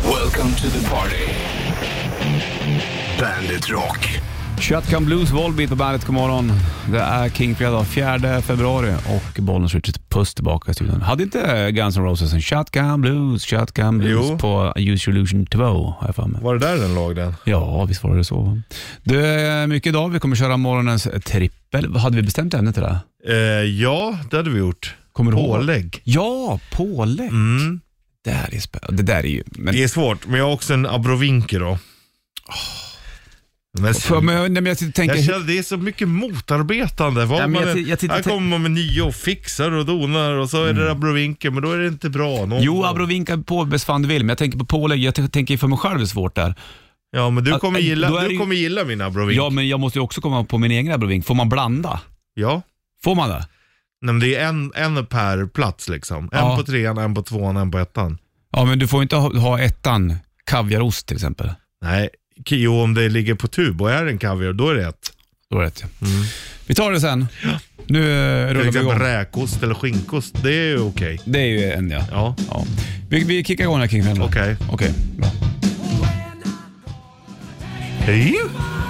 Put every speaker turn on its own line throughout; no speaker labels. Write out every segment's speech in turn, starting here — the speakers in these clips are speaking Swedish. Welcome to the party. Bandit Rock.
Shotgun Blues Volbeat på bandet, god morgon. Det är King-fredag, 4 februari och bollen skjuter puss tillbaka i studion. Hade inte Guns N' Roses en Shotgun Blues, Shotgun Blues
Jo.
på Use Your Illusion 2, har jag för mig.
Var det där den låg den?
Ja, visst var det så. Du, eh, mycket idag. Vi kommer köra morgonens trippel. Vad Hade vi bestämt ämnet till det?
Eh, ja, det hade vi gjort.
Kommer du ihåg?
Pålägg.
Ja, pålägg.
Mm.
Det, här är spä- det där är ju... Men,
Det är svårt, men jag har också en abrovinke då. Men
för, men, nej, men jag tänker...
jag känner det är så mycket motarbetande. Vad
Ja, men
man,
jag ti- jag tittar- Mm.
här kommer man med nio och fixar och donar och så är det abrovinke, men då är det inte bra. Någon
Jo,
gång.
abrovinka på bäst fan du vill, men jag tänker på pålägg. Jag t- tänker för mig själv är svårt där.
Ja, men du kommer
Ah,
gilla,
då är det
du
ju-
kommer gilla min abrovink.
Ja,
Ja.
men jag måste ju också komma på min egen abrovink. Får man blanda? Får man det?
Nej, men det är en, en per plats liksom. En
Ja.
på trean, en på tvåan, en på ettan.
Ja, men du får inte ha, ha ettan kaviarost till exempel.
Nej, jo om det ligger på tub och är en kaviar, då är det ett.
Då är det rätt. Vi tar det sen. Nu eh,
Till
rullar Mm. vi
exempel
igång.
räkost eller skinkost, det är ju okej.
Det är ju en ja.
Ja.
ja. Vi, vi kickar igång den här Kingfredagen.
Okej.
Okej, bra.
Hej!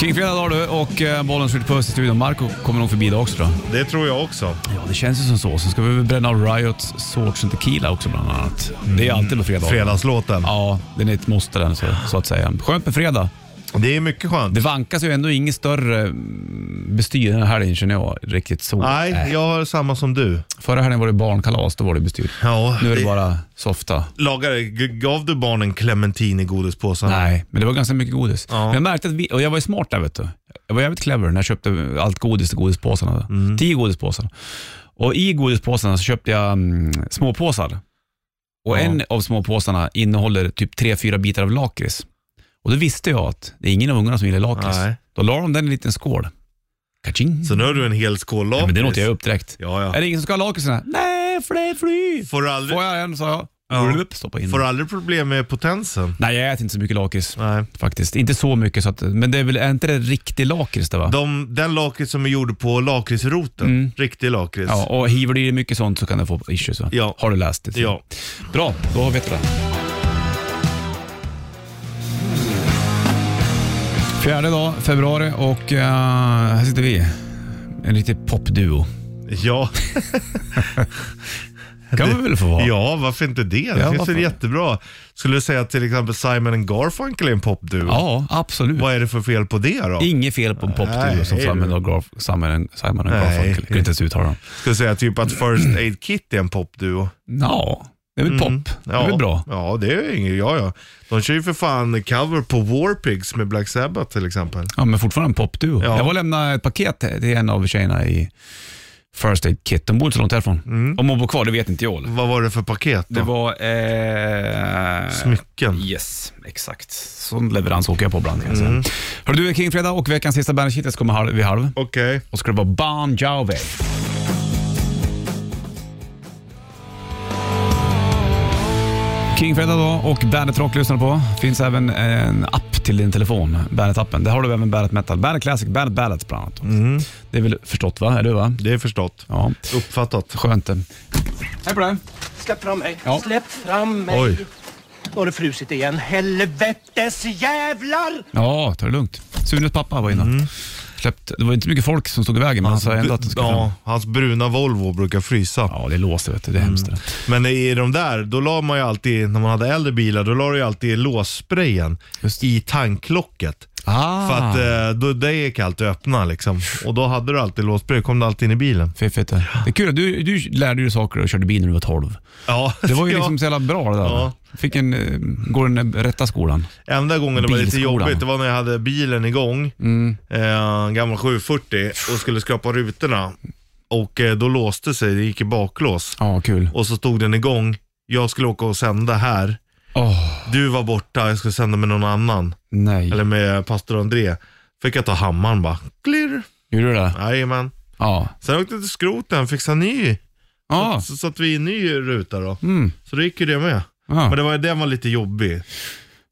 Kingfredag har du och eh, bollen skjuter puss i studion. Marco kommer nog förbi idag också då.
Det tror jag också.
Ja, det känns ju som så. Sen ska vi väl bränna av Riots Swords and Tequila också bland annat. Det är alltid på Mm. fredag.
Fredagslåten.
Ja, den är ett måste den så, så att säga. Skönt med fredag.
Det är mycket skönt.
Det vankas ju ändå inget större mm, bestyr den här helgen känner jag riktigt så.
Nej,
Äh.
jag har samma som du.
Förra helgen var det barnkalas, då var det bestyr.
Ja,
Nu är det
det-
bara softa.
Lagare, g- gav du barnen clementin i godispåsarna?
Nej, men det var ganska mycket godis.
Ja.
Men jag märkte att vi, och jag var ju smart där vet du. Jag var jävligt clever när jag köpte allt godis i godispåsarna.
Mm.
Tio godispåsar. Och i godispåsarna så köpte jag mm, småpåsar. Och
Ja.
en av småpåsarna innehåller typ tre, fyra bitar av lakrits. Och då visste jag att det är ingen av ungarna som gillar lakrits.
Nej.
Då la de den i en liten skål. Kaching.
Så nu har du en hel skål
Ja,
lakrits.
men det låter jag upp direkt.
Ja,
Är
ja.
det ingen som ska ha lakritsen? här? Nej, för det är fly.
Får du aldrig,
Får jag en, sa
Ja.
jag. Upp, stoppa in.
får du aldrig problem med potensen?
Nej, jag äter inte så mycket lakrits
Nej.
faktiskt. Inte så mycket, så att, men det är väl är inte det riktig lakrits det va?
De, den lakrits som är gjord på lakritsroten, riktig lakrits.
Ja, och hiver du i dig mycket sånt så kan du få issues va?
Ja.
Har du läst det?
Ja.
Bra, då vet du det. Fjärde dag, februari och eh, här sitter vi. En riktig popduo.
Ja.
kan vi väl få vara?
ja, varför inte det? Det
Ja,
finns
varför?
väl jättebra. Skulle du säga att till exempel Simon and Garfunkel är en popduo?
Ja, absolut.
Vad är det för fel på det då?
Inget fel på en popduo
Nej,
som
hej då.
Simon och Garf- Simon och Simon och
Nej.
Garfunkel. Jag Kunde inte ens uttala dem.
Skulle säga typ att First Aid Kit är en popduo.
Ja, det är väl pop. Det är väl bra.
Mm, Ja, det är inget. Ja, ja. De kör ju för fan cover på Warpigs med Black Sabbath till exempel.
Ja, men fortfarande en popduo.
Ja.
Jag var och lämnade ett paket till en av tjejerna i First Aid Kit. De bor inte så långt härifrån.
Mm.
Om hon bor kvar, det vet inte jag.
Vad var det för paket då?
Det var... Eh...
Smycken.
Yes, exakt. Sån leverans åker jag på ibland kan jag säga.
Mm.
Hör du, Kingfredag och veckans sista Bandet kommer halv, vid halv.
Okej.
Och ska det vara Bon Jovi. Kingfredag då och Bandet Rock lyssnar du på. Finns även en app till din telefon, Bandet-appen. Där har du även Bandet Metal, Bandet Classic, Bandet Ballads bland annat. Det är väl förstått va? Är du va?
Det är förstått.
Ja,
Uppfattat.
skönt det. Hej på dig.
Släpp fram mig.
Ja.
Släpp fram mig.
Oj.
Nu har det frusit igen. Helvetes jävlar!
Ja, ta det lugnt. Sunes pappa var inne. Släppt, det var inte så mycket folk som stod i vägen, men han sa ändå att han skulle fram.
Ja, hans bruna Volvo brukar frysa.
Ja, det låser vet du. Det är hemskt det där.
Men i de där, då la man ju alltid, när man hade äldre bilar, då la du ju alltid låssprayen
Just.
i tanklocket.
Ah.
För att eh, då, det gick alltid att öppna liksom. Och då hade du alltid låsspray, kom du alltid in i bilen.
Fiffigt det. Det är kul att du, du lärde dig saker och körde bil när du var 12.
Ja,
Det var ju
ja.
liksom så jävla bra det där.
Ja.
Fick en, eh, går den rätta skolan.
Enda gången det var lite
Bilskolan. Mm.
jobbigt, det var när jag hade bilen igång, eh, en gammal 740, och skulle skrapa rutorna. Och eh, då låste sig, det gick i baklås.
Ja, kul.
Och så stod den igång, jag skulle åka och sända här.
Åh,
Du var borta, jag skulle sända med någon annan.
nej.
Eller med pastor André. Fick jag ta hammaren bara, klirr.
Gjorde du det?
Jajamän.
Ja.
Sen åkte jag till skroten, fixade ny.
Ja.
Så satte vi i en ny ruta då.
Mm.
Så då gick ju det med.
ja.
Men det var, den var lite jobbig.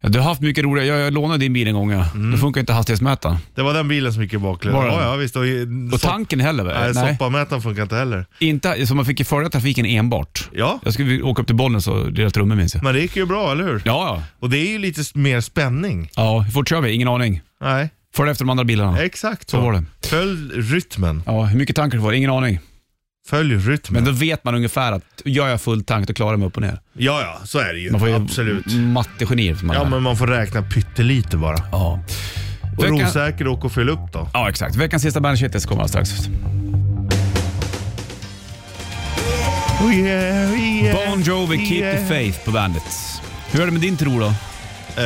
Ja, du har haft mycket roliga... Jag, jag lånade din bil en gång. Ja.
Mm.
Då funkar inte hastighetsmätaren.
Det var den bilen som gick i bakled.
Var det?
Ja, ja, visst. Och, i-
Och
sopp-
tanken heller?
Nej,
väl?
soppamätaren funkar inte heller.
Inte, så man fick ju följa trafiken enbart.
Ja,
Jag skulle åka upp till Bollnäs och dela trummor minns jag.
men det gick ju bra, eller hur?
Ja, ja.
Och det är ju lite s- mer spänning.
Ja, hur fort kör vi? Ingen aning.
Nej,
Följ efter de andra bilarna.
exakt
Så var det.
Följ rytmen.
Ja, hur mycket tank du får? Ingen aning.
Följ rytmen.
Men då vet man ungefär att gör jag full tank då klarar jag mig upp och ner.
Ja, ja, så är det ju.
Man får ju Mm.
Absolut.
m- Mattegenier som man
Ja,
är.
men man får räkna pyttelite bara.
ja.
Och
Veckan-
rosäker åk och fyll upp då.
Ja, exakt. Veckans sista bandshitlist kommer alldeles strax.
Oh yeah, yeah.
Bon Jovi, Keep the
yeah.
Faith på bandet. Hur är det med din tro då?
Eh,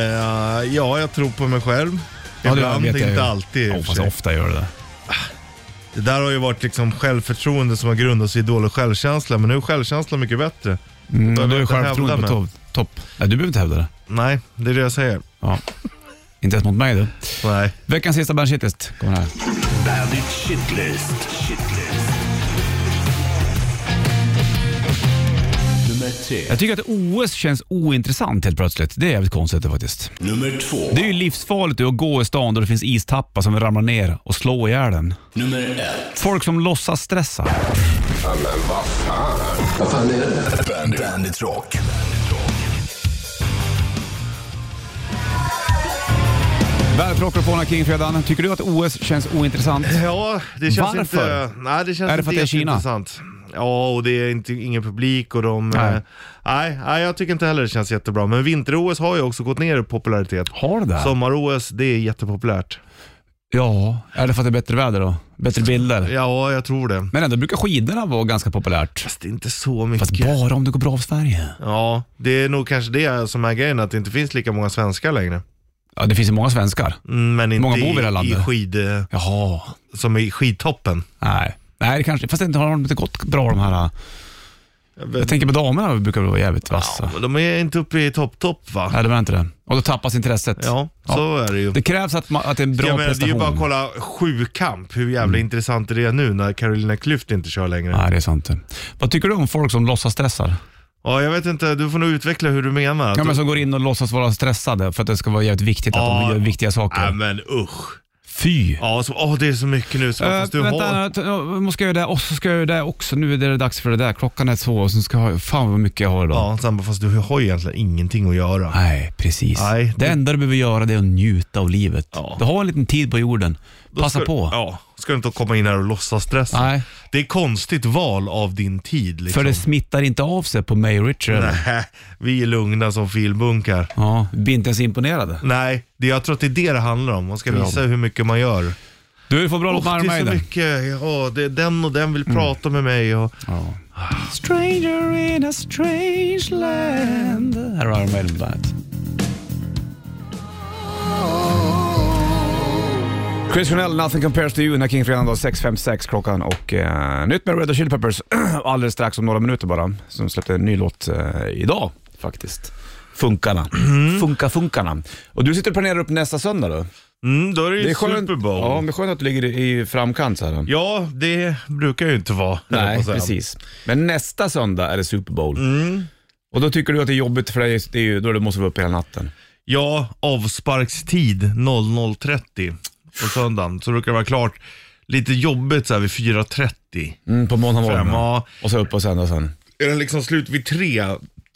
ja, jag tror på mig själv.
Ja, det
Ibland,
vet jag
inte
ju.
alltid. i och
Ja,
för
fast
sig.
ofta gör det det.
Det där har ju varit liksom självförtroende som har grundats i dålig självkänsla, men nu är självkänslan mycket bättre.
Mm,
Jag
då är
vet, jag
självförtroendet på
hävdar
topp. topp. Nej, du behöver inte hävda det.
Nej, det är det jag säger.
Ja. inte ens mot mig du.
Nej.
Veckans sista bandshitlist kommer här.
Bandit Shitlist. Shitlist. Nummer tre.
Jag tycker att OS känns ointressant helt plötsligt. Det är jävligt konstigt det faktiskt.
Nummer två.
Det är ju livsfarligt att gå i stan då det finns istappar som ramlar ner och slå ihjäl den.
Nummer ett.
Folk som låtsas stressa.
Vad fan är det? Bandit, Bandit Rock.
Bandet på King Kingfredagen. Tycker du att OS känns ointressant?
Ja, det känns
Varför?
inte... Nej, det känns
Är det
inte
för att det är Kina?
jätteintressant. Ja, och det är inte, ingen publik och de...
Nej.
Nej. nej, nej, jag tycker inte heller det känns jättebra. Men vinter-OS har ju också gått ner i popularitet.
Har det? det?
Sommar-OS, det är jättepopulärt.
Ja, är det för att det är bättre väder då? Bättre bilder?
Ja, jag tror det.
Men ändå brukar skidorna vara ganska populärt.
Fast det är inte så
Fast
mycket.
bara om det går bra för Sverige.
Ja, det är nog kanske det som är grejen, att det inte finns lika många svenskar längre.
Ja, det finns ju många svenskar.
Mm, Men inte
Många bor i det här
i, i
landet.
skid...
Jaha.
Som i skidtoppen.
Nej. Nej, det kanske... Fast inte har de inte gått bra de här... Jag tänker på damerna brukar väl vara jävligt vassa.
Men De är inte uppe i topp-topp va?
Nej, det var inte det. Och då tappas intresset.
Ja, så är det ju.
Det krävs att, man, att det är en bra
Ja, men det är
prestation. Mm.
ju bara att kolla sjukamp, hur jävla intressant är det nu när Carolina Klüft inte kör längre?
Nej, det är sant. Vad tycker du om folk som låtsas stressar?
Ja, jag vet inte, du får nog utveckla hur du menar. Att
Ja, men som går in och låtsas vara stressade för att det ska vara jävligt viktigt att
Ja.
de gör viktiga
du... Nej
saker.
men usch.
Fy!
Ja, så, åh, det är så mycket nu så
Äh,
fast du har...
vänta, nu måste jag göra det och så ska jag göra det också. Nu är det dags för det där. Klockan är så och sen ska jag ha... Fan vad mycket jag har idag.
Ja, sen bara, fast du har ju egentligen ingenting att göra.
Nej, precis.
Nej,
det...
det-
enda du behöver göra det är att njuta av livet.
Ja.
Du har en liten tid på jorden.
Då
Passa
ska,
på.
Ja, ska du inte komma in här och låtsas stressa.
Nej,
Det är konstigt val av din tid liksom.
för det smittar inte av sig på mig och Richard.
Nej, vi är lugna som filbunkar.
Ja, vi blir inte ens imponerade.
Nej, det, jag tror att det är det det handlar om. Man ska visa hur mycket man gör.
Du får bra låt med
Åh, det är så
Iron
mycket. Ja, det, den och den vill
Mm.
prata med mig. Och,
Ja. Stranger in a strange land. Här har Iron Maiden på bandet. Chris Cornell, Nothing Compares To You, när King Fredag 6.56 klockan och eh, nytt med Red Hot Chili Peppers alldeles strax om några minuter bara. Som släppte en ny låt eh, idag faktiskt. Funkarna. Funka Funkarna. Och du sitter och planerar upp nästa söndag då?
mm, då är det ju
skönt-
Super Bowl.
Ja,
Ja.
men skönt att du ligger i framkant så här. då.
det brukar ju inte vara. höll jag på
Nej,
att säga. Mm.
precis. Men nästa söndag är det Super Bowl. Och då tycker du att det är jobbigt för dig, det är ju, då du måste vara uppe hela natten.
Ja, avsparkstid 00.30 på söndagen. Så brukar det vara klart. Lite jobbigt så här vid 4.30.
Mm, på måndag morgon.
Fem, ja.
Och så upp och sända sen.
Är den liksom slut vid 3,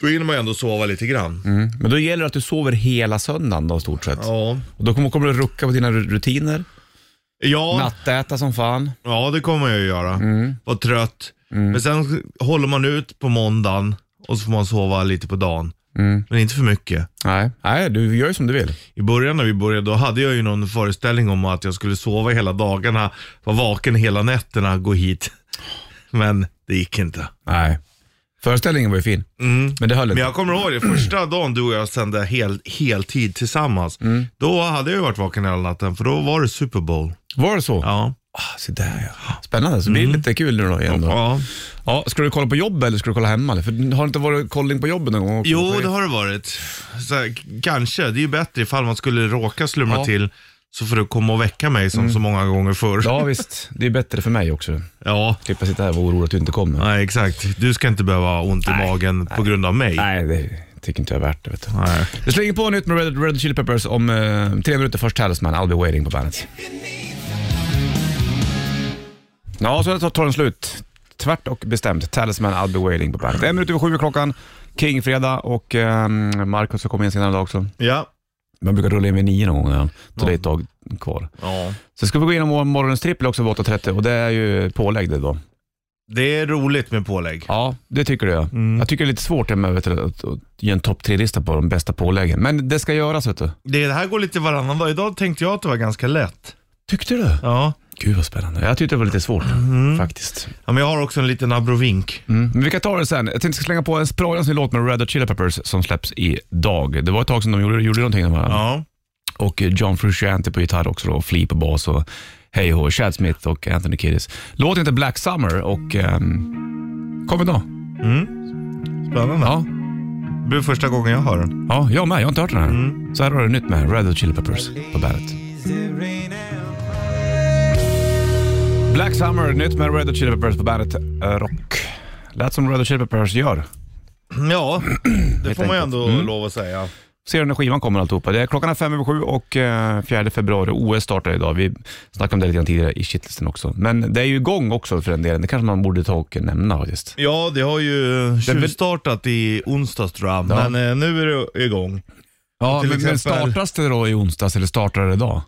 då hinner man ju ändå sova lite grann.
Mm. Men då gäller det att du sover hela söndagen då i stort sett.
Ja.
Och då kommer, kommer du rucka på dina ru- rutiner,
Ja,
nattäta som fan.
ja, det kommer jag ju göra. Var trött. Men sen håller man ut på måndagen och så får man sova lite på dagen. Men inte för mycket.
Nej, Nej du gör ju som du vill.
I början när vi började, då hade jag ju någon föreställning om att jag skulle sova hela dagarna, vara vaken hela nätterna, gå hit. Men det gick inte.
Nej. Föreställningen var ju fin,
Mm.
men det höll
Men
inte.
jag kommer ihåg det, första dagen du och jag sände hel, heltid tillsammans, då hade jag ju varit vaken hela natten, för då var det Super Bowl.
Var det så?
Ja. Mm.
Ah, så där ja. Spännande, så det blir lite kul nu då igen. Då.
ja.
Ja, ska du kolla på jobbet eller ska du kolla hemma? eller? För har det inte varit kolling på jobbet någon gång? också?
Jo, det har det varit. Så här, k- kanske, det är ju bättre ifall man skulle råka slumra
Ja.
till, så får du komma och väcka mig som så många gånger förr.
Ja visst, det är bättre för mig också.
ja.
Slippa sitta här och vara orolig att du inte kommer.
Nej, exakt. Du ska inte behöva ha ont i magen på grund av mig.
Nej, det, tycker inte jag är värt det. Vet du.
Nej.
Vi slänger på nytt med Red, Red Chili Peppers om eh, tre minuter. Först Talisman, I'll be waiting på bandet. Ja, så tar den slut. Tvärt och bestämt. Talisman, I'll be waiting på bandet. En minut över sju är klockan. King-fredag och um, Marcus har kommit in senare idag också.
Ja.
Man brukar rulla in vid nio någon gång innan, så det är ett tag kvar.
ja.
Sen ska vi gå igenom morgonens trippel också vid 8.30 och det är ju pålägg det då.
Det är roligt med pålägg.
Ja, Mm. det tycker du ja. Jag tycker det är lite svårt det med vet du, att, att göra en topp tre-lista på de bästa påläggen. Men det ska göras vet du.
Det här går lite varannan dag. Idag tänkte jag att det var ganska lätt.
Tyckte du? Mm.
Ja.
Gud vad spännande. Jag tyckte det var lite svårt faktiskt.
ja men jag har också en liten abrovink.
Mm. Men vi kan ta det sen. Jag tänkte slänga på en sprallans ny låt med Red Hot Chili Peppers som släpps idag. Det var ett tag sedan de gjorde, gjorde någonting. De här.
Ja.
Och eh, John Frusciante på gitarr också då, och Flea på bas och hej och Chad Smith och Anthony Kiddis. Låten heter Black Summer och um, kom idag.
Spännande.
Ja.
Det blir första gången jag hör den.
ja, jag med. Jag har inte hört den här.
Mm.
Så här har du nytt med Red Hot Chili Peppers på bandet. Black Summer, nytt med Red Hot Chili Peppers på bandet eh, Rock. Lät som Red Hot Chili Peppers gör.
Ja, det får man ju
enkelt.
ändå lov att säga.
Ser du när skivan kommer alltihopa. Det är klockan är fem över sju och eh, 4 februari. OS startar idag. Vi snackade om det lite grann tidigare i shitlisten också. Men det är ju igång också för den delen. Det kanske man borde ta och nämna faktiskt.
Ja, det har ju tjuvstartat i onsdags tror jag,
Ja.
men eh, nu är det igång.
Ja,
Till
men, men
exempel-
startas det då i onsdags eller startar det idag?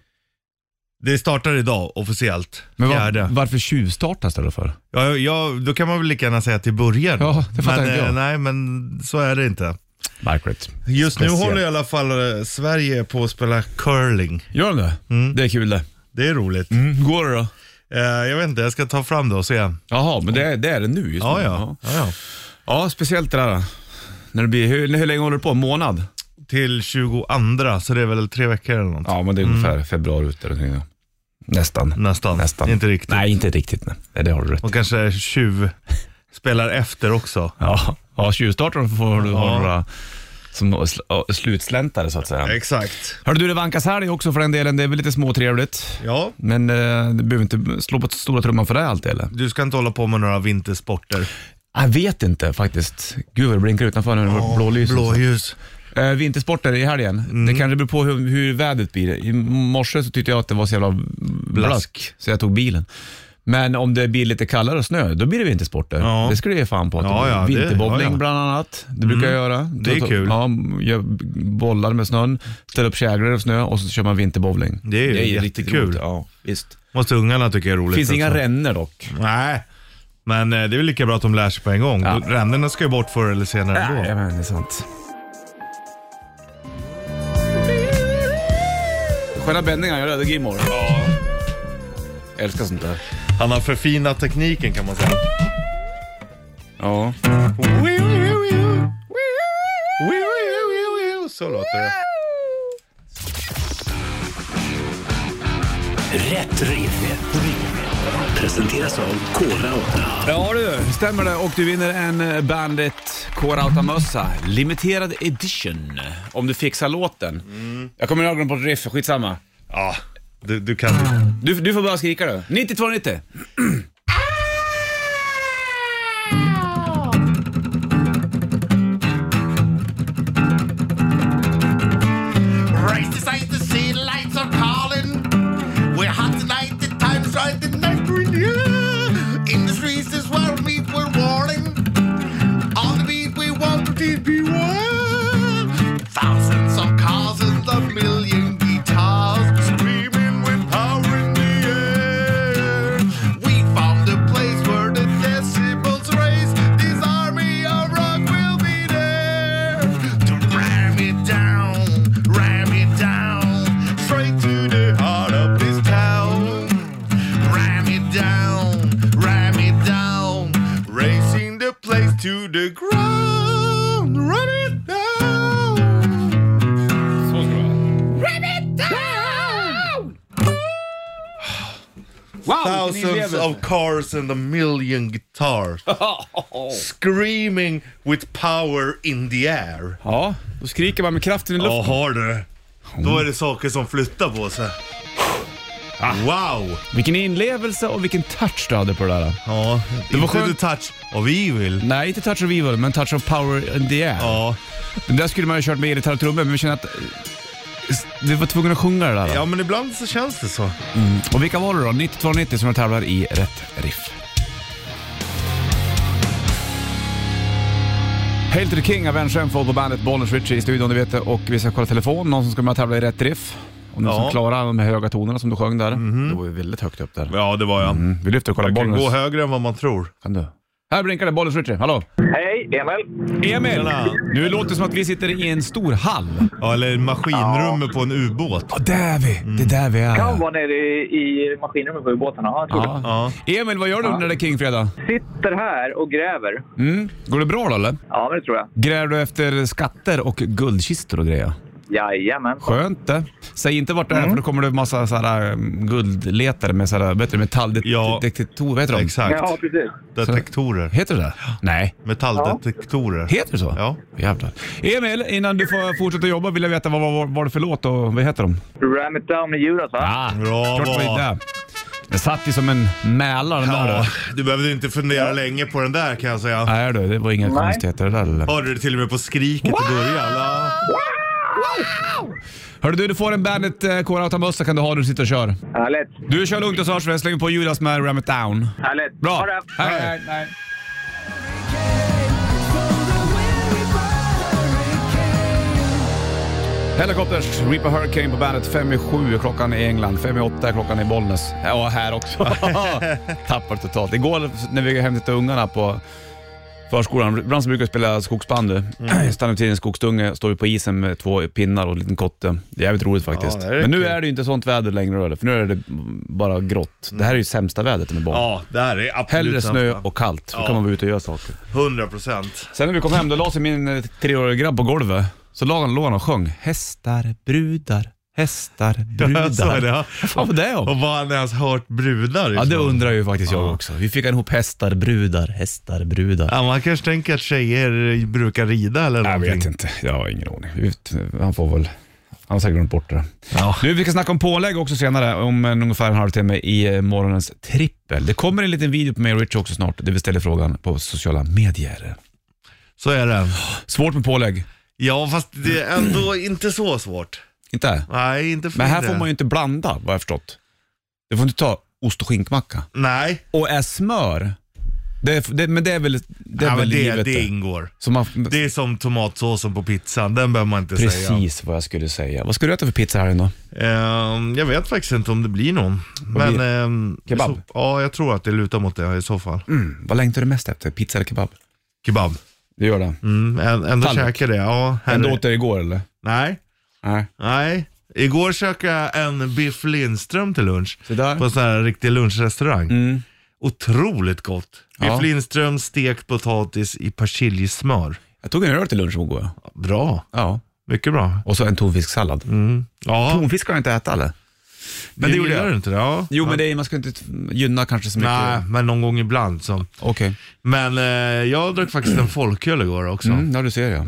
Det startar idag officiellt,
Men va-
fjärde.
varför tjuvstartas det då för?
Ja, ja, då kan man väl lika gärna säga till början.
Ja, det fattar
men,
inte jag.
eh, Nej, men så är det inte.
Märkligt.
Just
Speciellt.
nu håller i alla fall eh, Sverige på att spela curling.
Gör de det?
Mm.
Det är kul det.
Det är roligt.
Mm. Går det då?
Eh, jag vet inte, jag ska ta fram det och se. Ja,
Jaha, men det, är- det är det nu just
ja.
nu.
ja. ja.
Ja, speciellt det där. När det blir, hur, hur länge håller du på? En månad?
Till 22, så det är väl tre veckor eller något.
Ja, men det är ungefär februari ut eller någonting. Nästan.
Nästan.
Mm. Nästan.
Inte riktigt.
Nej, inte riktigt. Nej, nej det har du rätt
Och kanske tjuv spelar efter också.
Ja, ja tjuvstartaren får du ha
Ja.
några som sl- ja, slutsläntare så att säga.
Exakt.
Hörde du, det vankas helg också för den delen. Det är väl lite småtrevligt.
Ja.
Men eh, du behöver inte slå på stora trumman för det alltid eller?
Du ska inte hålla på med några vintersporter.
Jag vet inte faktiskt. Gud vad det blinkar utanför nu. Ja, Blålys.
Blåljus.
Eh, vintersporter i helgen.
Mm.
Det kanske beror på hur, hur vädret blir. I morse så tyckte jag att det var så jävla blask, så jag tog bilen. Men om det blir lite kallare och snö, då blir det vintersporter.
Ja.
Det skulle jag ge fan på. Att
Ja,
det blir
ja, det-
vinterbobbling
ja, ja.
bland annat. Det brukar jag göra.
Det är
Ta- ta-
kul.
Ja, gör bollar med snön, ställer upp käglor av snö och så kör man vinterbobbling.
Det är ju jättekul.
roligt. Ja, visst.
Måste ungarna tycka är roligt.
Det finns inga
alltså.
ränner dock.
Nej, men eh, det är väl lika bra att de lär sig på en gång.
Ja.
Ja. Ränderna ska ju bort förr eller senare ändå.
Nej, men det är sant. Sköna bändningar, jag röda Gilmore. Ja. Älskar sånt där.
Han har förfinat tekniken kan man säga.
Ja.
Så låter det.
Rätt riff. Rätt riff. Presenteras av Kora 8.
Ja du, stämmer det. Och du vinner en eh, Bandit K-Rauta-mössa. Limiterad edition. Om du fixar låten. Jag kommer ihåg den på ett riff, skitsamma.
Ja, du, du kan...
Du, du får bara skrika du. 9290.
Race this ain't the sea, the lights are calling. We're hot tonight, the time's right, the night we're new. In the streets is where we meet, we're warning. On the beat, we want to teach be one. Thousands of cars and a million guitars screaming with power in the air. We found a place where the decibels raise. This army of rock will be there to ram it down, ram it down, straight to the heart of this town. Ram it down, ram it down, racing the place to the ground. Ram it down. Ram it down.
Wow,
Thousands of cars and a million guitars. Screaming with power in the air.
Ja, då skriker man med kraften i luften.
Ja, har du. Då är det saker som flyttar på sig. Wow!
Vilken inlevelse och vilken touch du hade på det där.
Ja,
Det var
inte
skönt.
the touch of evil.
Nej, inte touch of evil, men touch of power in the air.
Ja.
Den där skulle man ju ha kört med gitarr och trummor, men vi känner att eh, s- du var tvungen att sjunga det där. då.
ja, men ibland så känns det så.
Och vilka var det då? 9290 som du tävlar i Rätt Riff. Hail to the King, Avenged Sevenfold på bandet Bollnäs Ritchie i studion, du vet det. Och vi ska kolla telefon, någon som ska med och tävla i Rätt Riff. Och någon
Ja.
som klarar de här höga tonerna som du sjöng där. Det var ju väldigt högt upp där.
Ja, det var jag.
Mm. Vi lyfter och kollar
Jag kan gå
Bollnäs.
högre än vad man tror.
Kan du? Här blinkar det, Bollnäs Ritchie. Hallå!
Hej, Emil.
Emil!
Tjena.
Nu låter det som att vi sitter i en stor hall.
Ja, eller maskinrummet på en ubåt.
Ja, där är vi! Det är där vi är.
Kan vara nere i, i maskinrummet på ubåten. Ja, jag tror det.
Ja. Emil, vad gör du under det King-fredag?
Sitter här och gräver.
Mm. Går det bra då eller?
Ja, men det tror jag.
Gräver du efter skatter och guldkistor och grejer?
Jajamän.
Skönt det. Säg inte vart det är
Mm.
för då kommer det en massa så här, um, guldletare med så här, bättre metalldetektorer. Vad
Ja.
heter de?
Ja,
Exakt.
precis.
Detektorer.
Heter det det? Nej.
Metalldetektorer.
Heter det så?
Ja.
Jävlar. Emil, innan du får fortsätta jobba vill jag veta vad var, var det för låt och vad heter de?
Ram it down med alltså. Judas, va?
Ah,
Bra
Klart det
val.
var det. Den satt ju som en mälare den där.
Ja,
du.
du behövde inte fundera länge på den där kan jag säga.
Nej du, det var inga
Nej.
konstigheter det där eller?
Hörde du till och med på skriket i början? Ja.
Hörru du, du får en Bandet eh, Core-out-mössa kan du ha när du sitter och kör.
Härligt.
Du kör lugnt och så hörs vi. Jag slänger på Judas med Ram It Down.
Härligt.
Bra!
Ha det.
Hej, hej, hej. Helicopters, Reaper Hurricane på bandet. Fem i sju är klockan i England, Fem i åtta är klockan i Bollnäs. Ja, här också. Tappar totalt. Igår när vi hämtade ungarna på förskolan, ibland så brukar vi spela skogsbandy.
Mm.
Stannar vi till i en skogsdunge, står vi på isen med två pinnar och en liten kotte. Det är jävligt roligt faktiskt.
Ja, det är
Men nu
kul.
är det ju inte sånt väder längre, eller? för nu är det bara grått. Det här är ju sämsta vädret med barn.
ja, det här är absolut
Hellre
sämsta.
snö och kallt, så
Ja.
kan man vara ute och göra saker.
100 procent.
Sen när vi kom hem, då la sig min eh, treåriga grabb på golvet. Så la han, låg han och sjöng Hästar, brudar, hästar,
Jag sa
brudar.
det. ja.
Fan vad det är om?
Och vad har ni ens hört brudar
Ja,
ifrån?
det undrar ju faktiskt jag också. Vi fick ihop hästar, brudar, hästar, brudar.
Ja, man kanske tänker att tjejer brukar rida eller
Jag
någonting.
vet inte, jag har ingen aning. Vi vet- Han får väl... Han har säkert glömt bort det. Nu, vi ska snacka om pålägg också senare, om eh, en, ungefär en halvtimme i eh, morgonens trippel. Det kommer en liten video på mig och Rich också snart, där vi ställer frågan på sociala medier.
Så är det.
Svårt med pålägg,
Ja, fast det är ändå inte så svårt.
inte?
Nej, inte för
Men här
det.
får man ju inte blanda, vad jag har förstått. Du får inte ta ost och skinkmacka.
Nej,
Och är smör, det är, det, men det är väl, det är
ja,
väl
men det,
livet
det ingår.
Så man,
Det är som tomatsåsen på pizzan, den behöver man inte säga.
precis vad jag skulle säga. Vad ska du äta för pizza här idag?
Ehm, jag vet faktiskt inte om det blir någon. Men,
blir
ehm,
Kebab?
Så, ja, jag tror att det lutar mot det i så fall.
Mm, vad längtar du mest efter? Pizza eller kebab?
Kebab.
Det gör det.
Mm, ä- ändå
Tallrik.
käkar det. Ja, här
Ändå
är-
åt det igår eller?
Nej,
Nej.
nej. Igår käkade jag en Biff Lindström till lunch.
Så där.
På en sån här riktig lunchrestaurang.
Mm.
Otroligt gott.
Ja.
Biff Lindström, stekt potatis i persiljesmör.
Jag tog en öl till lunch igår.
Bra.
Ja.
Mycket bra.
Och så en tonfisksallad.
Mm. Ja,
Tonfisk ska jag inte äta eller? Men det gjorde
gillar
jag.
du inte det? Ja.
Jo,
ja.
men det är, man ska inte t- gynna kanske så mycket.
Nej, men någon gång ibland så.
Okej.
Men eh, jag drack faktiskt en folköl igår också.
Mm, ja, du ser ja.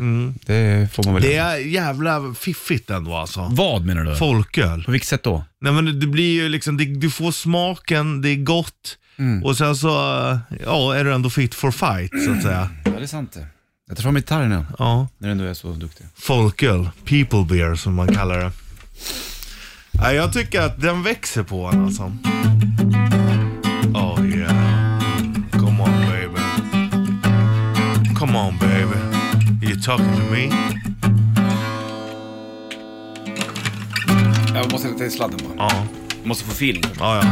Det får man väl
Det
göra.
är jävla fiffigt ändå alltså.
Vad menar du?
Folköl.
På vilket sätt då?
Nej men det blir ju liksom, det, du får smaken, det är gott och sen så, eh, ja, är du ändå fit for fight så att säga.
Ja, det är sant det. Jag tar fram gitarren igen,
Ja.
när du ändå är så duktig.
Folköl, people beer som man kallar det. Nej, jag tycker att den växer på en alltså. Oh yeah. Come on baby. Come on baby. You talking to me?
Jag måste ta i sladden bara.
Ja,
Måste få feeling.
ja, ja.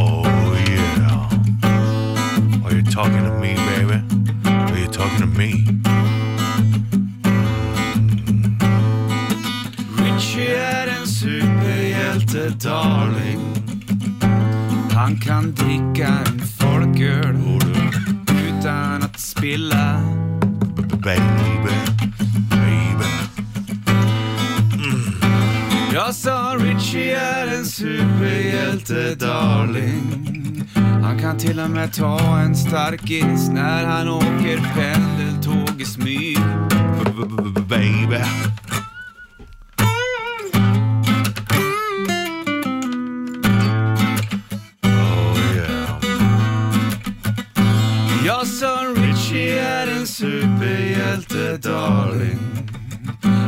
Oh yeah. Are you talking to me baby? Are you talking to me?
Richie är en superhjälte darling. Han kan dricka en folköl utan att spilla.
Baby, baby.
Jag sa Richie är en superhjälte darling. Han kan till och med ta en starkis när han åker pendeltåg i smyg.
Baby. Oh,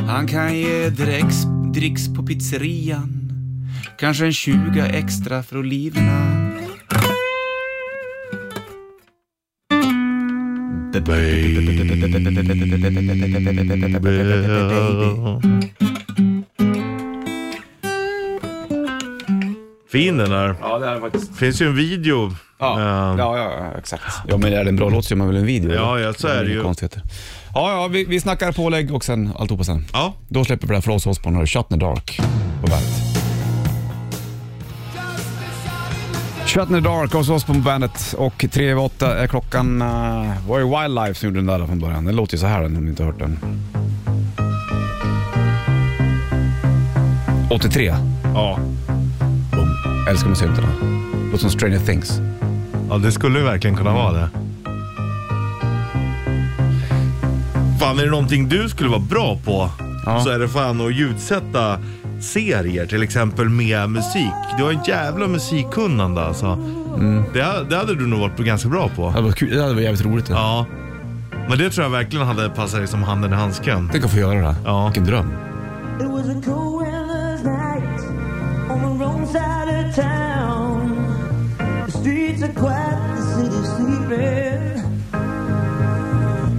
Han kan ge dricks, dricks på pizzerian. Kanske en 20 extra för oliverna.
Fin den där.
Ja, det är faktiskt.
Finns ju en video.
Ja,
Eh,
ja, ja, ja, exakt. Ja, men är det en bra låt så gör man väl en video?
Ja,
eller?
ja, så är det
Inga
ju.
Konstigheter. Ja, ja, vi, vi snackar pålägg och sen alltihopa sen.
ja.
Då släpper vi det här Floss Osborn och Shut in the Dark på bandet. Shut in the Dark, Ozzy Osbourne på bandet och tre över åtta är klockan. Uh, var ju Wildlife som gjorde den där från början. Den låter ju så här om ni inte har hört den. 83.
Ja.
Älskar musikvideorna. Låter som Stranger Things.
ja, det skulle ju verkligen kunna vara det. Fan, är det någonting du skulle vara bra på
Ja.
så är det fan att ljudsätta serier till exempel med musik. Du har en jävla musikkunnande alltså. Det, det hade du nog varit ganska bra på.
Det var, kul. Det var jävligt roligt. Ja.
Ja. Men det tror jag verkligen hade passat dig som handen i handsken.
Tänk att få göra det.
Ja.
Vilken dröm.
It was a cold winter's night on the wrong side of town. The streets are quiet, the city's sleeping.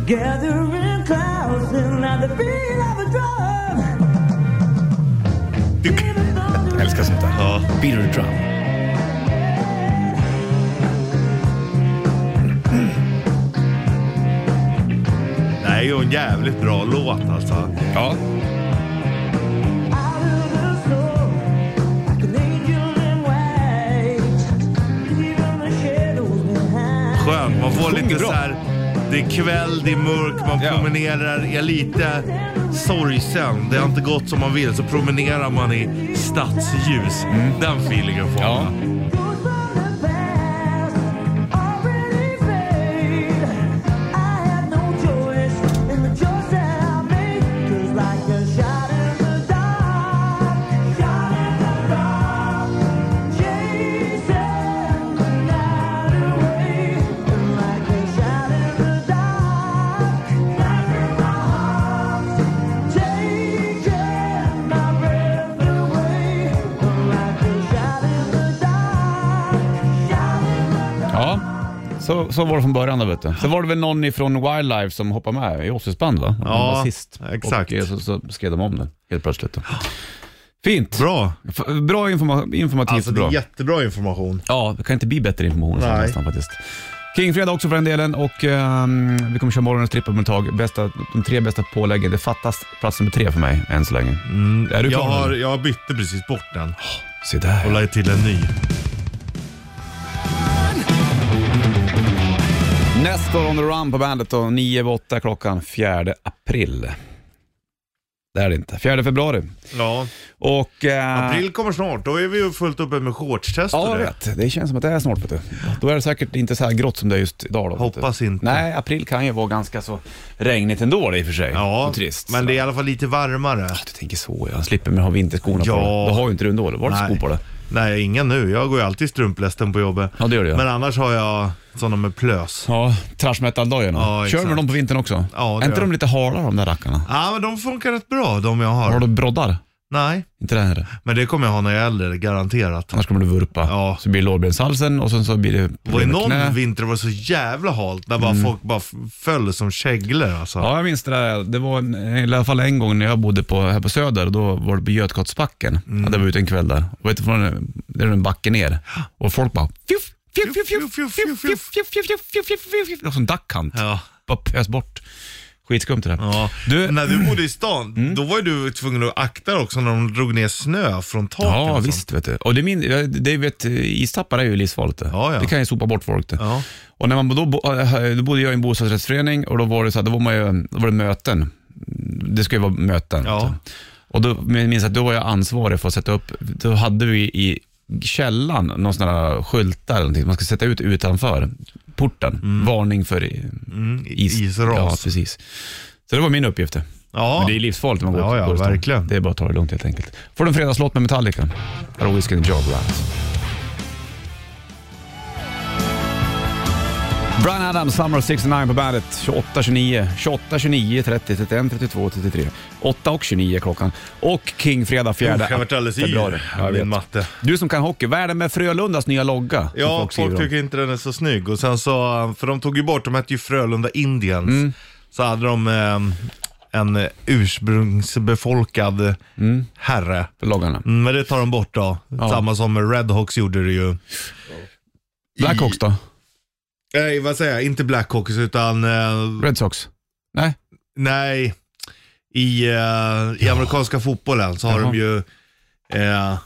Gathering clouds and at the beat of a drum. Even though the
Älskar sånt där.
Ja.
Beater drum.
Det här är ju en jävligt bra låt alltså.
Ja.
Out of the storm, like an angel in white, leaving the shadows behind.
Skönt, man får
Sjunger
lite
bra.
så här. Det är kväll, det är mörkt, man
Ja.
promenerar, är lite sorgsen. Det har inte gått som man vill, så promenerar man i stadsljus. Den feelingen
Mm.
får
Ja.
man.
Goes on the past, already fade. I had no choice in the choice that I made. Feels like a shot in the dark, shot in the dark, chasing the night away. Feels like a shot in the dark, knife in my heart, taking my breath away. Feels like a shot in the dark, shot in the dark.
Ja, så, så var det från början då vet du. Sen var det väl någon ifrån Wildlife som hoppade med i Ossis band va? Han
Ja,
var sist.
exakt.
Och eh, så, så skrev de om den helt plötsligt. Då. Fint.
Bra.
F- Bra informa- informativt
Alltså det
bra.
är jättebra information.
Ja, det kan inte bli bättre information
Nej.
Nej. nästan faktiskt. Kingfredag också för den delen och ehm, vi kommer köra morgonens trippel om ett tag. Bästa, de tre bästa påläggen. Det fattas plats nummer tre för mig än så länge. Är du
Mm, Jag,
klar?
har,
nu?
jag bytte precis bort den
Se där.
och la till en ny.
Nestor on the run på bandet och 9 över 8 klockan 4 april. Det är det inte. 4 februari.
Ja,
Och... eh,
april kommer snart. Då är vi ju fullt uppe med shortstest och
Ja, jag
det.
vet. Det känns som att det är snart. Vet du. Då är det säkert inte så här grått som det är just idag. Då, vet du.
Hoppas inte.
Nej, april kan ju vara ganska så regnigt ändå i och för sig.
Ja,
och trist.
men det är i alla fall lite varmare.
Du tänker så, ja. Slipper man ha vinterskorna
Ja.
på dig. Då har ju inte du ändå. Då var det skor på dig.
Nej, inga nu. Jag går ju alltid i strumplästen på jobbet.
Ja, det gör du, ja.
Men annars har jag sådana med plös.
Ja, trash metal-dagarna.
Ja,
Kör
exakt.
med dem på vintern också?
Ja, det
är inte
gör
de lite hala de där rackarna?
Ja, men de funkar rätt bra, de jag har.
Har du broddar?
Nej,
Inte det här.
men det kommer jag ha när jag är äldre, garanterat.
Annars kommer du vurpa.
Ja.
Så blir det lårbenshalsen och sen så blir det
Det var ju
problem med
någon
knä.
vinter var det så jävla halt, där bara folk bara f- föll som käglor alltså.
Mm. Ja, jag minns det där. Det var en, i alla fall en gång när jag bodde på, här på Söder. Då var det på Götgatsbacken.
Mm.
Ja, det var ute en kväll där. Och vet du, från, det är en backe ner. Och folk bara... Fjuff, fjuff, fjuff, fjuff, fjuff, fjuff, fjuff, fjuff, fjuff, fjuff, fjuff, fjuff, fjuff. Det var som duckhand.
Ja.
Bara pös bort. Skitskumt det där.
Ja.
Du,
När du bodde i stan,
Mm.
då var ju du tvungen att akta dig också när de drog ner snö från taken. och
ja
sånt.
visst vet du. Och det, är min, ja, det är, vet, istappar är ju livsfarligt det.
Ja, ja.
Det kan ju sopa bort folk det.
Ja.
Och när man då, bo- eh, då bodde jag i en bostadsrättsförening och då var det så här, då var, man ju, då var det möten. Det ska ju vara möten.
Ja.
vet du. Och då men jag minns jag att då var jag ansvarig för att sätta upp, då hade vi i källan någon sån här skyltar eller någonting som man ska sätta ut utanför porten. Varning för i- is.
Mm. isras.
Ja, precis. Så det var min uppgift. det.
Ja.
Men det är livsfarligt när man går
Ja,
ut-
ja,
går i stan.
verkligen.
Det är bara att ta det lugnt helt enkelt. Får du en fredagslåt med Metallica? Här har Whiskey and Job Rat. Brian Adams, Summer of 69 på bandet. 28, 29, 28, 29, 30, 31, 32, 33. 8 och 29 klockan. Och King fredag 4
Usch, jag har varit alldeles yr
Ja, jag
av din
vet.
matte.
Du som kan hockey, vad är det med Frölundas nya logga? som
Ja, folk,
skriver om?
tycker inte den är så snygg. Och sen så, um, för de tog ju bort, de hette ju Frölunda Indians. Så hade de eh, en ursprungsbefolkad herre.
Loggarna.
Mm, Men det tar de bort då. Samma som Redhawks gjorde det ju.
Blackhawks då?
Nej, vad säger jag? Inte Blackhawks utan, eh,
Red Sox? Nej?
nej, i, eh, i amerikanska fotbollen så har
Jaha.
de ju, eh,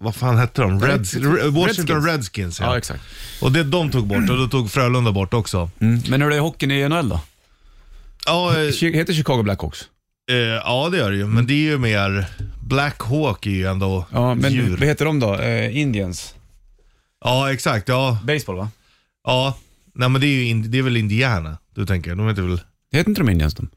vad fan hette de? Reds,
Redskins.
Washington Redskins. ja.
exakt.
Och det de tog bort och då tog Frölunda bort också.
Mm. Men hur är det i hockeyn i NHL
Eh.
då?
Ja, eh,
Chi- Heter Chicago Blackhawks?
Eh, ja det gör det ju, men det är ju mer... Black Hawk är ju ändå
Mm. Ja, men
djur.
vad heter de då? Eh, Indians?
Ja exakt, ja.
Baseball va?
ja. Nej men det är, ju in, det är väl Indiana du tänker? De heter väl...
Heter inte de Indians de?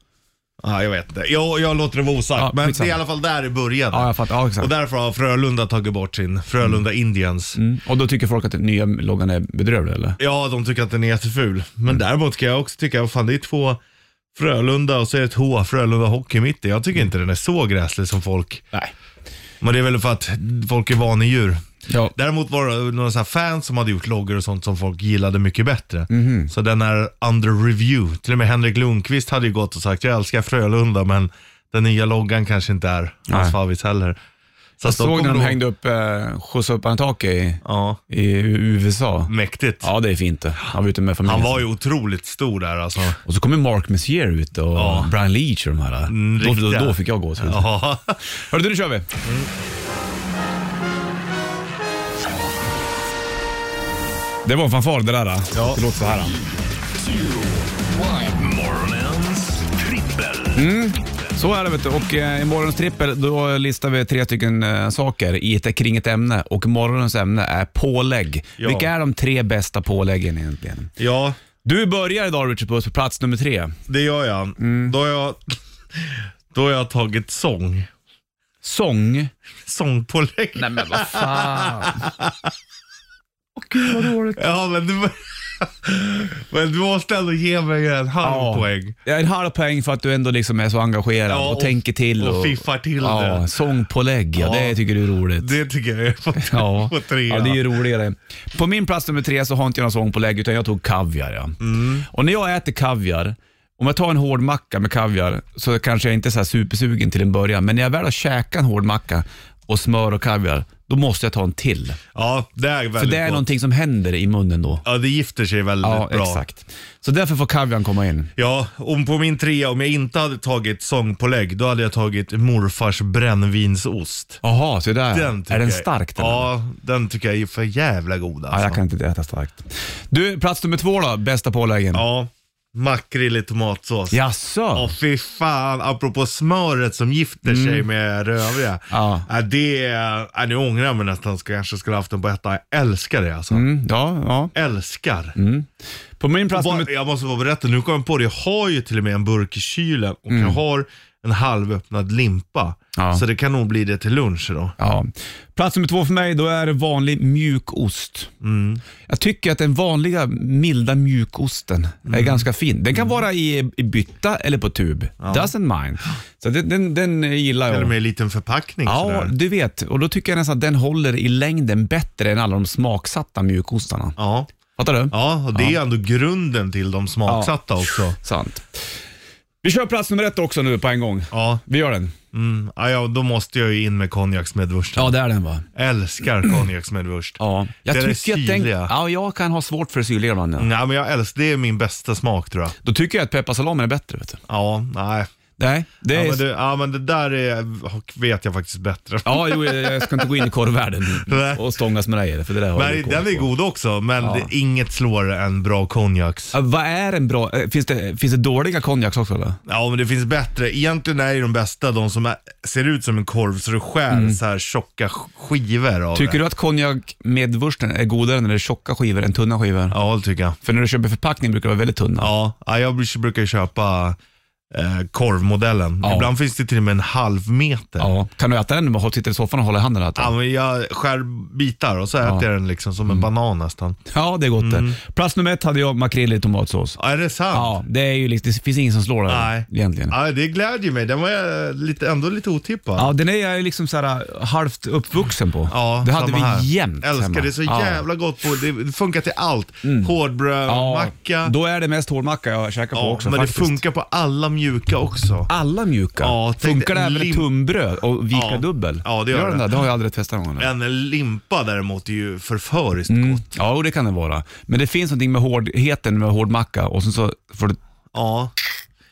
Ja jag vet inte. Jag, jag låter det vara osagt,
Ja,
men
skitsamma.
det är i alla fall där det började.
Ja, jag fattar. Ja, exakt.
Och
Och,
därför har Frölunda tagit bort sin Frölunda Indians.
mm. och då tycker folk att den nya loggan är bedrövlig eller?
Ja, de tycker att den är jätteful. Men
Mm.
däremot kan jag också tycka, vad fan det är två Frölunda och så är det ett H, Frölunda Hockey mitt i. Jag
Mm.
tycker inte den är så gräslig som folk.
Nej.
Men det är väl för att folk är vanedjur.
Ja.
Däremot var det några så här fans som hade gjort loggor och sånt som folk gillade mycket bättre.
Mhm.
Så den är under review. Till och med Henrik Lundqvist hade ju gått och sagt, jag älskar Frölunda men den nya loggan kanske inte är hans
Nej.
favorit heller. Så att de
Såg när
kommer
de
nog-
hängde upp, eh, skjutsade upp Anataki i,
Ja,
i USA.
mäktigt.
Ja, det är fint det. Han var ute med familjen.
Han var ju otroligt stor där alltså.
Och så kommer Mark Messier ut och
Ja.
Brian Leach och de här.
Mm,
då, då,
riktiga.
då fick jag gåshud.
Ja.
Hörru du, nu kör vi. Det var en fanfar det där. då.
Ja.
Det låter så här. då.
Morgonens trippel.
Mm. Så är det vet du. Och eh, i morgons trippel då listar vi tre stycken eh, saker i ett, kring ett ämne. Och morgonens ämne är pålägg.
Ja.
Vilka är de tre bästa påläggen egentligen?
ja,
Du börjar idag Richard Puss på plats nummer tre.
det gör jag.
Mm.
Då, har jag då har jag tagit sång.
Sång.
Sångpålägg.
Nej men vad fan.
Ja, men du, men du måste ändå ge mig en halv
Ja.
poäng.
En halv poäng för att du ändå liksom är så engagerad
Ja,
och,
och-
tänker till.
och fiffar till
ja,
det.
Sångpålägg, ja,
Ja.
det tycker du är roligt.
Det tycker jag är på,
Ja.
på trea.
ja, det är ju roligare. På min plats nummer tre så har inte jag någon sångpålägg utan jag tog kaviar. Ja.
Mm.
Och när jag äter kaviar, om jag tar en hård macka med kaviar så kanske jag inte är så här supersugen till en början. Men när jag väl har käkat en hård macka och smör och kaviar, då måste jag ta en till.
ja, det är väldigt
För det är
gott.
någonting som händer i munnen då.
Ja, det gifter sig väldigt
Ja,
bra.
exakt. Så därför får kaviarn komma in.
Ja, om på min trea, om jag inte hade tagit sångpålägg, då hade jag tagit morfars brännvinsost.
Jaha, så där.
Den tycker
är den
jag-
stark den? eller?
Ja, den tycker jag är för jävla god alltså.
Ja, jag kan inte äta starkt. Du, plats nummer två då, bästa påläggen?
Ja, makrill i tomatsås.
Jaså?
Åh fy fan, apropå smöret som gifter sig med det övriga.
Mm. Ja.
Äh, det, äh, nu ångrar jag mig nästan, ska- kanske skulle haft den på ettan. Jag älskar det alltså.
Mm, ja, ja.
Älskar.
På min plats nummer
Bara, jag måste bara berätta, nu kom jag på det. Jag har ju till och med en burk i kylen och jag har en halvöppnad limpa.
Mm. Ja.
Så det kan nog bli det till lunch då.
Ja. Plats nummer två för mig, då är det vanlig mjukost.
Mm.
Jag tycker att den vanliga milda mjukosten
Mm.
är ganska fin. Den kan vara i, i bytta eller på tub. Doesn't mind. Så den, den, den gillar
Eller
jag.
med en liten förpackning
Ja,
sådär.
du vet. Och då tycker jag nästan att den håller i längden bättre än alla de smaksatta mjukostarna.
Ja.
Fattar du?
ja, och det är ändå grunden till de smaksatta också.
Sant. Vi kör plats nummer ett också nu på en gång.
Ja.
Vi gör den.
Mm. Ja, ja, då måste jag ju in med konjaksmedvursten.
Ja, det är den va?
Älskar konjaksmedvurst.
Ja. Jag
Den är
tycker att den...
syrliga.
Ja, Mm. jag kan ha svårt för det syrliga ibland. Ja.
Nej, men jag älskar, det är min bästa smak tror jag.
Då tycker jag att pepparsalamen är bättre. Vet du.
Ja, nej.
Nej, det
Ja,
är...
men det, ja, men det där är, vet jag faktiskt bättre.
Ja, jo, jag- jag ska inte gå in i korvvärlden
Nej.
och stångas med dig. För det där har
men
jag koll
den är
på.
god också, men det, inget slår en bra konjaks.
Ja, Vad är en bra... eh, Finns det, finns det dåliga konjaks också eller?
Ja, men det finns bättre. Egentligen är ju de bästa de som är, ser ut som en korv så du skär så här tjocka sk- skivor av
Tycker
det.
du att konjak med wursten är godare när det är tjocka skivor än tunna skivor?
Ja, det tycker jag.
För när du köper förpackning brukar det vara väldigt tunna.
Ja, ja jag brukar ju köpa eh, korvmodellen.
Ja.
Ibland finns det till och med en halv meter. Ja.
Ja. Kan du äta den med att sitta i soffan och hålla i handen? och äta?
men jag skär bitar och så äter jag den liksom som en banan nästan.
Ja, det är gott det. Plats nummer ett hade jag makrill i tomatsås.
Ja, är det sant?
Mm. Ja, det, är ju liksom, det finns ingen som slår den
Nej.
egentligen.
Ja, det glädjer mig. Den var jag lite, ändå lite otippad.
Ja, den är jag ju liksom så här, halvt uppvuxen på.
Ja,
det hade
samma
vi
här.
jämt hemma.
Älskar det så
Ja. Mm.
jävla gott. På, det det funkar till allt. Hårdbröd, macka.
Då är det mest hårdmacka jag käkar på
ja,
också
men
faktiskt. Ah.
det funkar på alla mjuka också.
Alla mjuka.
Ja, tänk
funkar det
dig en
även
lim-
ett tunnbröd och vika
Ja.
dubbel?
Ja, det gör
den
det.
där? Det har jag aldrig testat någon gång.
En limpa däremot är ju förföriskt gott.
Ja, och det kan det vara. Men det finns någonting med hårdheten med hårdmacka och sen så får du
Ja.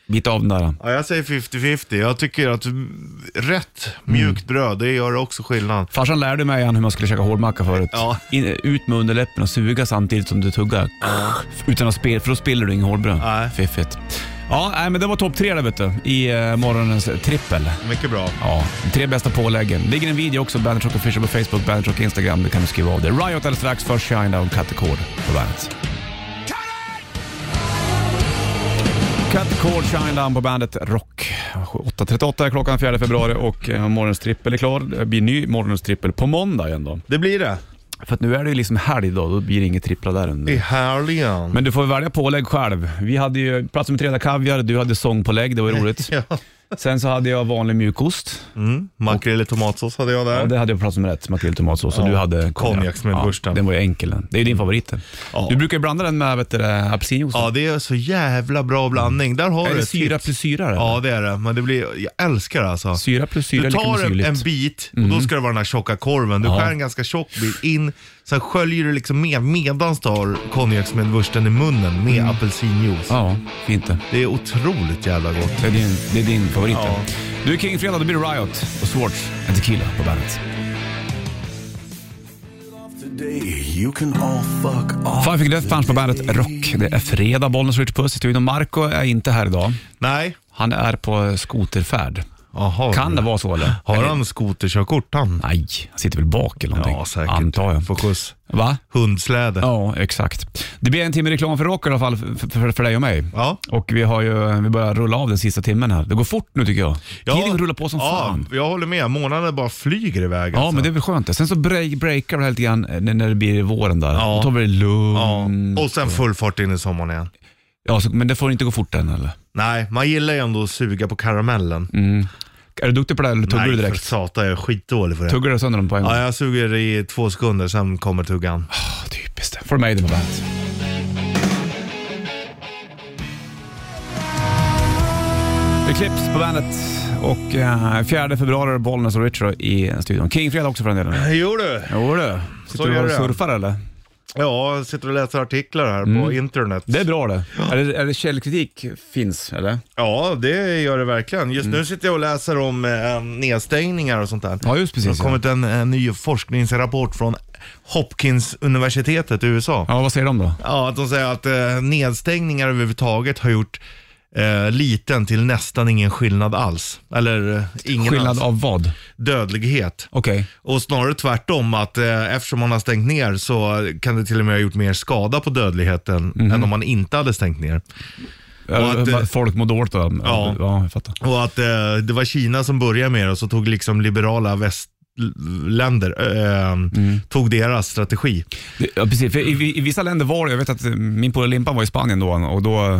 bita av den där.
ja, jag säger 50-50. Jag tycker att mm, rätt mjukt bröd, det gör också skillnad.
Farsan lärde mig igen hur man skulle käka hårdmacka förut.
Ja.
In, ut med underläppen och suga samtidigt som du tuggar. Utan att spela, för då spiller du inget hårdbröd.
Nej.
Fiffigt. Ja, nej, men det var topp tre där vet du, i eh, morgonens trippel.
Mycket bra.
Ja, de tre bästa påläggen. ligger en video också, Bandit Rock Official på Facebook, Bandit Rock Instagram. Det kan du skriva av dig. Riot alldeles strax, först Shine Down, Cut the Cord på bandet. Cut the Cord, Shine Down på bandet Rock. 8.38 är klockan 4 februari och eh, morgonens trippel är klar. Det blir ny morgonens trippel på måndag igen då.
Det blir det.
För att nu är det ju liksom helg då, då blir det inget trippla där
I
under.
helgen.
Men du får välja pålägg själv. Vi hade ju plats nummer tre där kaviar, du hade sångpålägg, det var ju roligt.
Ja.
Sen så hade jag vanlig mjukost.
Makrill i tomatsås hade jag där.
Ja, det hade jag på plats nummer ett, Matilda tomatsås. Och du hade
konjaksmedbursten.
den var ju enkel den. Det är ju din favorit den.
Ja.
Du brukar ju blanda den med vet du, det, apelsinjuice.
Ja, det är så jävla bra blandning. Där har
är
du
det
ett
syra
tips.
plus syra? eller?
Ja, det är det. Men det blir, jag älskar det alltså.
Syra plus syra
Du
är lika med
tar en,
syrligt.
en bit och då ska det vara den här tjocka korven. Du
Ja.
skär en ganska tjock bit in, sen sköljer du liksom med medans du har konjaksmedvursten i munnen med apelsinjuice.
Mm. ja, fint det.
Det är otroligt jävla gott.
Det är din, det är din favorit
Ja.
den. Du är King Fredag, då blir det Riot och Swartz, en tequila på bandet. Five Finger Death Punch på bandet Rock. Det är fredag, Bollnäs Rich Puss i studion. Marco är inte här idag.
Nej.
Han är på skoterfärd.
Aha.
Kan det vara så eller?
Har
Eller-
han skoterkörkort han?
Nej, han sitter väl bak eller någonting.
Ja, säkert.
Antar jag.
Får skjuts.
Va?
Hundsläde.
Ja, exakt. Det blir en timme reklam för rock i alla fall för, för, för dig och mig.
Ja.
Och vi, har ju, vi börjar rulla av den sista timmen här. Det går fort nu tycker jag. Tiden rullar på som
ja,
fan.
Jag håller med. Månaden bara flyger iväg.
Ja,
alltså.
men det är väl skönt det. Sen så break, breakar det här lite grann eh, när, när det blir våren där.
Ja.
Då tar vi det
ja.
lugnt. Ja.
Och sen full fart in i sommaren igen.
så, men det får inte gå fort än eller?
Nej, man gillar ju ändå att suga på karamellen.
Är du duktig på det här, eller Mm. tuggar
Nej,
du
för
direkt?
satan. Jag är skitdålig för det.
Tuggar du sönder dem på en gång?
Ja, jag suger i två sekunder, sen kommer tuggan.
Ah, Typiskt det. Får mig det på bandet. Eclipse på bandet och eh, 4 februari Bollnäs och Richard i studion. Kingfredag också för den delen.
Jo du.
Jo du, sitter
Så
du
gör
och
det.
surfar eller?
Ja, jag sitter och läser artiklar här på internet.
Mm. Det är bra det. Är det, är det källkritik finns eller?
Ja, det gör det verkligen. Just nu sitter jag och läser om eh, nedstängningar och sånt där.
Mm. Ja, just precis,
Det har
ja.
kommit en, en ny forskningsrapport från Hopkins-universitetet i USA.
Ja, vad säger de då?
Ja, att de säger att eh, nedstängningar överhuvudtaget har gjort eh, liten till nästan ingen skillnad alls. Eller eh, ingen
Skillnad
alls.
av vad?
dödlighet.
Okej.
Och snarare tvärtom att eh, eftersom man har stängt ner så kan det till och med ha gjort mer skada på dödligheten
Mhm.
än om man inte hade stängt ner. Och att, eh,
Att, folk mår dåligt då?
Ja.
ja, jag fattar.
Och att eh, det var Kina som började med det och så tog liksom liberala västländer eh,
Mm.
tog deras strategi.
Det- Ja, precis. För i, I vissa länder var det, jag vet att eh, min polare Limpan var i Spanien då och då eh,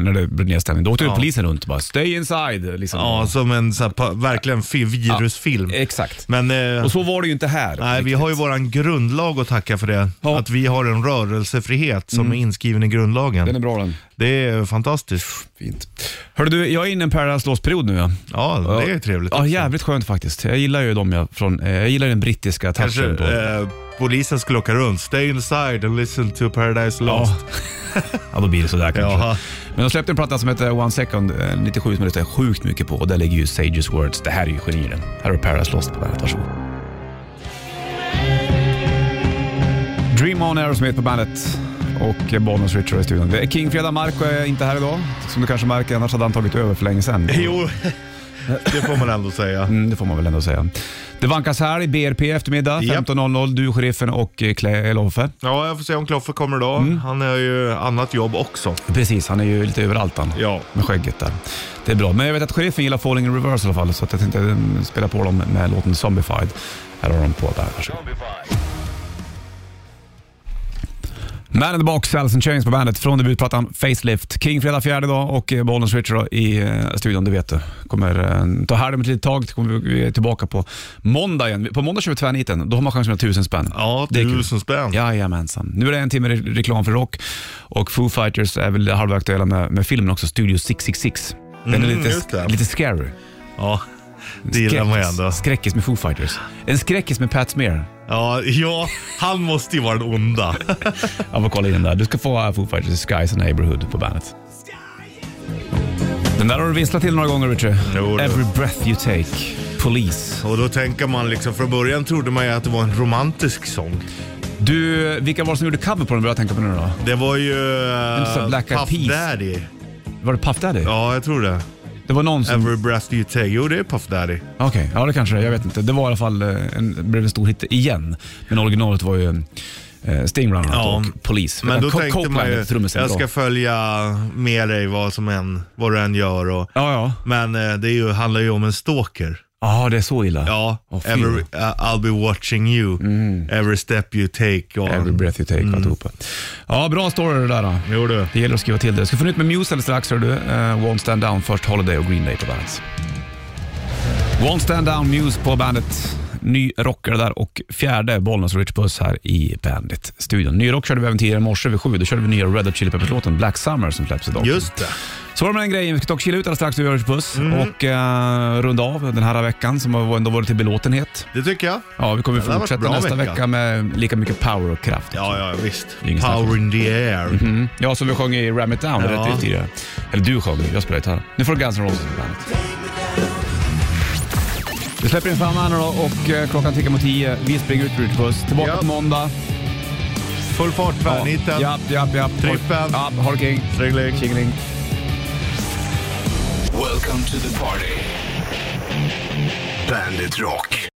när det blev nedstängning, då åkte ju
Ja.
polisen runt och bara “Stay inside”. Liksom.
Ja, som en så här, pa- verkligen fi- virusfilm.
Exakt.
Men eh,
Och så var det ju inte här.
Nej, vi har ju våran grundlag att tacka för det.
Ja. Mm.
Att vi har en rörelsefrihet som är inskriven i grundlagen.
Den är bra den.
Det är fantastiskt.
Fint. Hörru du, jag är inne i en Paradise Lost-period nu. Ja.
Ja, det är ju trevligt.
Ja, jävligt skönt faktiskt. Jag gillar ju dem jag, från, eh, jag gillar den brittiska
Kanske
touchen på.
eh, polisen skulle åka runt. Stay inside and listen to Paradise Lost.
Ja. ja, då blir det sådär kanske.
Jaha.
Men de släppte en platta som heter One Second, eh, 97, som jag lyssnar sjukt mycket på. Och där ligger ju Sages Words. Det här är ju genier. Här har du Paradise Lost på bandet. Varsågod. Dream On Aerosmith på bandet och eh, Bonus Richard i studion. Det är King Fredag. Marco är inte här idag, som du kanske märker. Annars hade han tagit över för länge sedan.
Jo, Det får man ändå säga.
Mm, det får man väl ändå säga. Det vankas här i BRP eftermiddag
Japp.
15.00. Du, sheriffen och eh, Cla- Loffe.
Ja, jag får se om Kloffe kommer då.
Mm.
Han har ju annat jobb också.
Precis, han är ju lite överallt han.
Ja.
Med skägget där. Det är bra. Men jag vet att sheriffen gillar Falling in Reverse i alla fall så att jag tänkte mm, spela på dem med låten Zombified. Här har de på där. Varsågod. Man in the box, Alice in Chains på bandet från debutplattan Facelift. King fredag fjärde dag och eh, Bollnäs Richard då i eh, studion, det vet du. Kommer eh, ta helg om ett litet tag, så kommer vi vi är tillbaka på måndag igen. På måndag kör vi tvärniten, då har man chansen att tusen spänn.
Ja,
Det är kul.
tusen spänn.
Jajamensan. Nu är det en timme re- reklam för rock och Foo Fighters är väl halvaktuella med, med filmen också, Studio 666. Den är
Mm, just
lite,
det.
lite scary.
Ja, det gillar man ju ändå.
Skräckis med Foo Fighters. En skräckis med Pat Smear.
Ja, ja, han måste ju vara den onda.
Jag får kolla in den där. Du ska få eh, Foo Fighters Skies and Neighborhood på bandet. Den där har du visslat till några gånger, Richard.
Jo, du.
Every breath you take. Police.
Och då tänker man liksom, från början trodde man ju att det var en romantisk sång.
Du, vilka var det som gjorde cover på den börjar jag tänka på nu då?
Det var ju
Inte så,
uh,
Black Eyed Peas.
Daddy.
Var det Puff Daddy?
Ja, jag tror det.
Det var någon som...
Every breath you take. Jo, det är Puff Daddy.
Okej, ja det kanske det är. Jag vet inte. Det var i alla fall eh, en, det blev en stor hit igen. Men originalet var ju eh, Sting bland annat
Ja.
och Police.
Men då
Co-
tänkte
Copeland,
man ju,
trummisen,
jag
bra.
ska följa med dig vad som än, vad du än gör. Och,
Ja, ja.
Men eh, det är ju, handlar ju om en stalker.
Ja, det är så illa.
Ja,
Åh, fy. Mm.
every, uh, I'll be watching you. Every step you take. Och,
Every breath you take och alltihopa. Ja, bra story det där. Då.
Jo du.
Det gäller att skriva till det. Jag ska få nytt med Muse alldeles strax. Hör du. Eh, Won't Stand Down, först Holiday och Green Day på bandet. Won't Stand Down, Muse på bandet. Ny rockare där och fjärde Bollnäs och Rich Puss här i Bandit-studion. Ny rock körde vi även tidigare i morse vid sju. Då körde vi nya Red Hot Chili Peppers-låten Black Summer som släpps idag.
Just Mm. det.
Så var det med den grejen. Vi ska ta och chilla ut alldeles strax. Vi gör Rich Puss och eh, runda av den här veckan som har ändå varit till belåtenhet.
Det tycker jag.
Ja, vi kommer
Det har varit
fortsätta
bra
nästa
vecka.
vecka. med lika mycket power och kraft.
Ja, ja visst.
ingen snack om
Power in the air.
Mm. Ja, som vi sjöng i Ram It Down
Ja.
rätt tidigare. Eller du sjöng, jag spelade gitarr. Nu får du Guns N' Roses på bandet. Vi släpper in Fanna då och eh, klockan tickar mot tio. Vi springer ut Rich Puss. Tillbaka
Ja.
på måndag.
Full fart, tvärniten.
Japp, japp, japp.
Trippen.
Ja, ha det king.
Tringling.
Tjingeling.
Welcome to the party. Bandit Rock.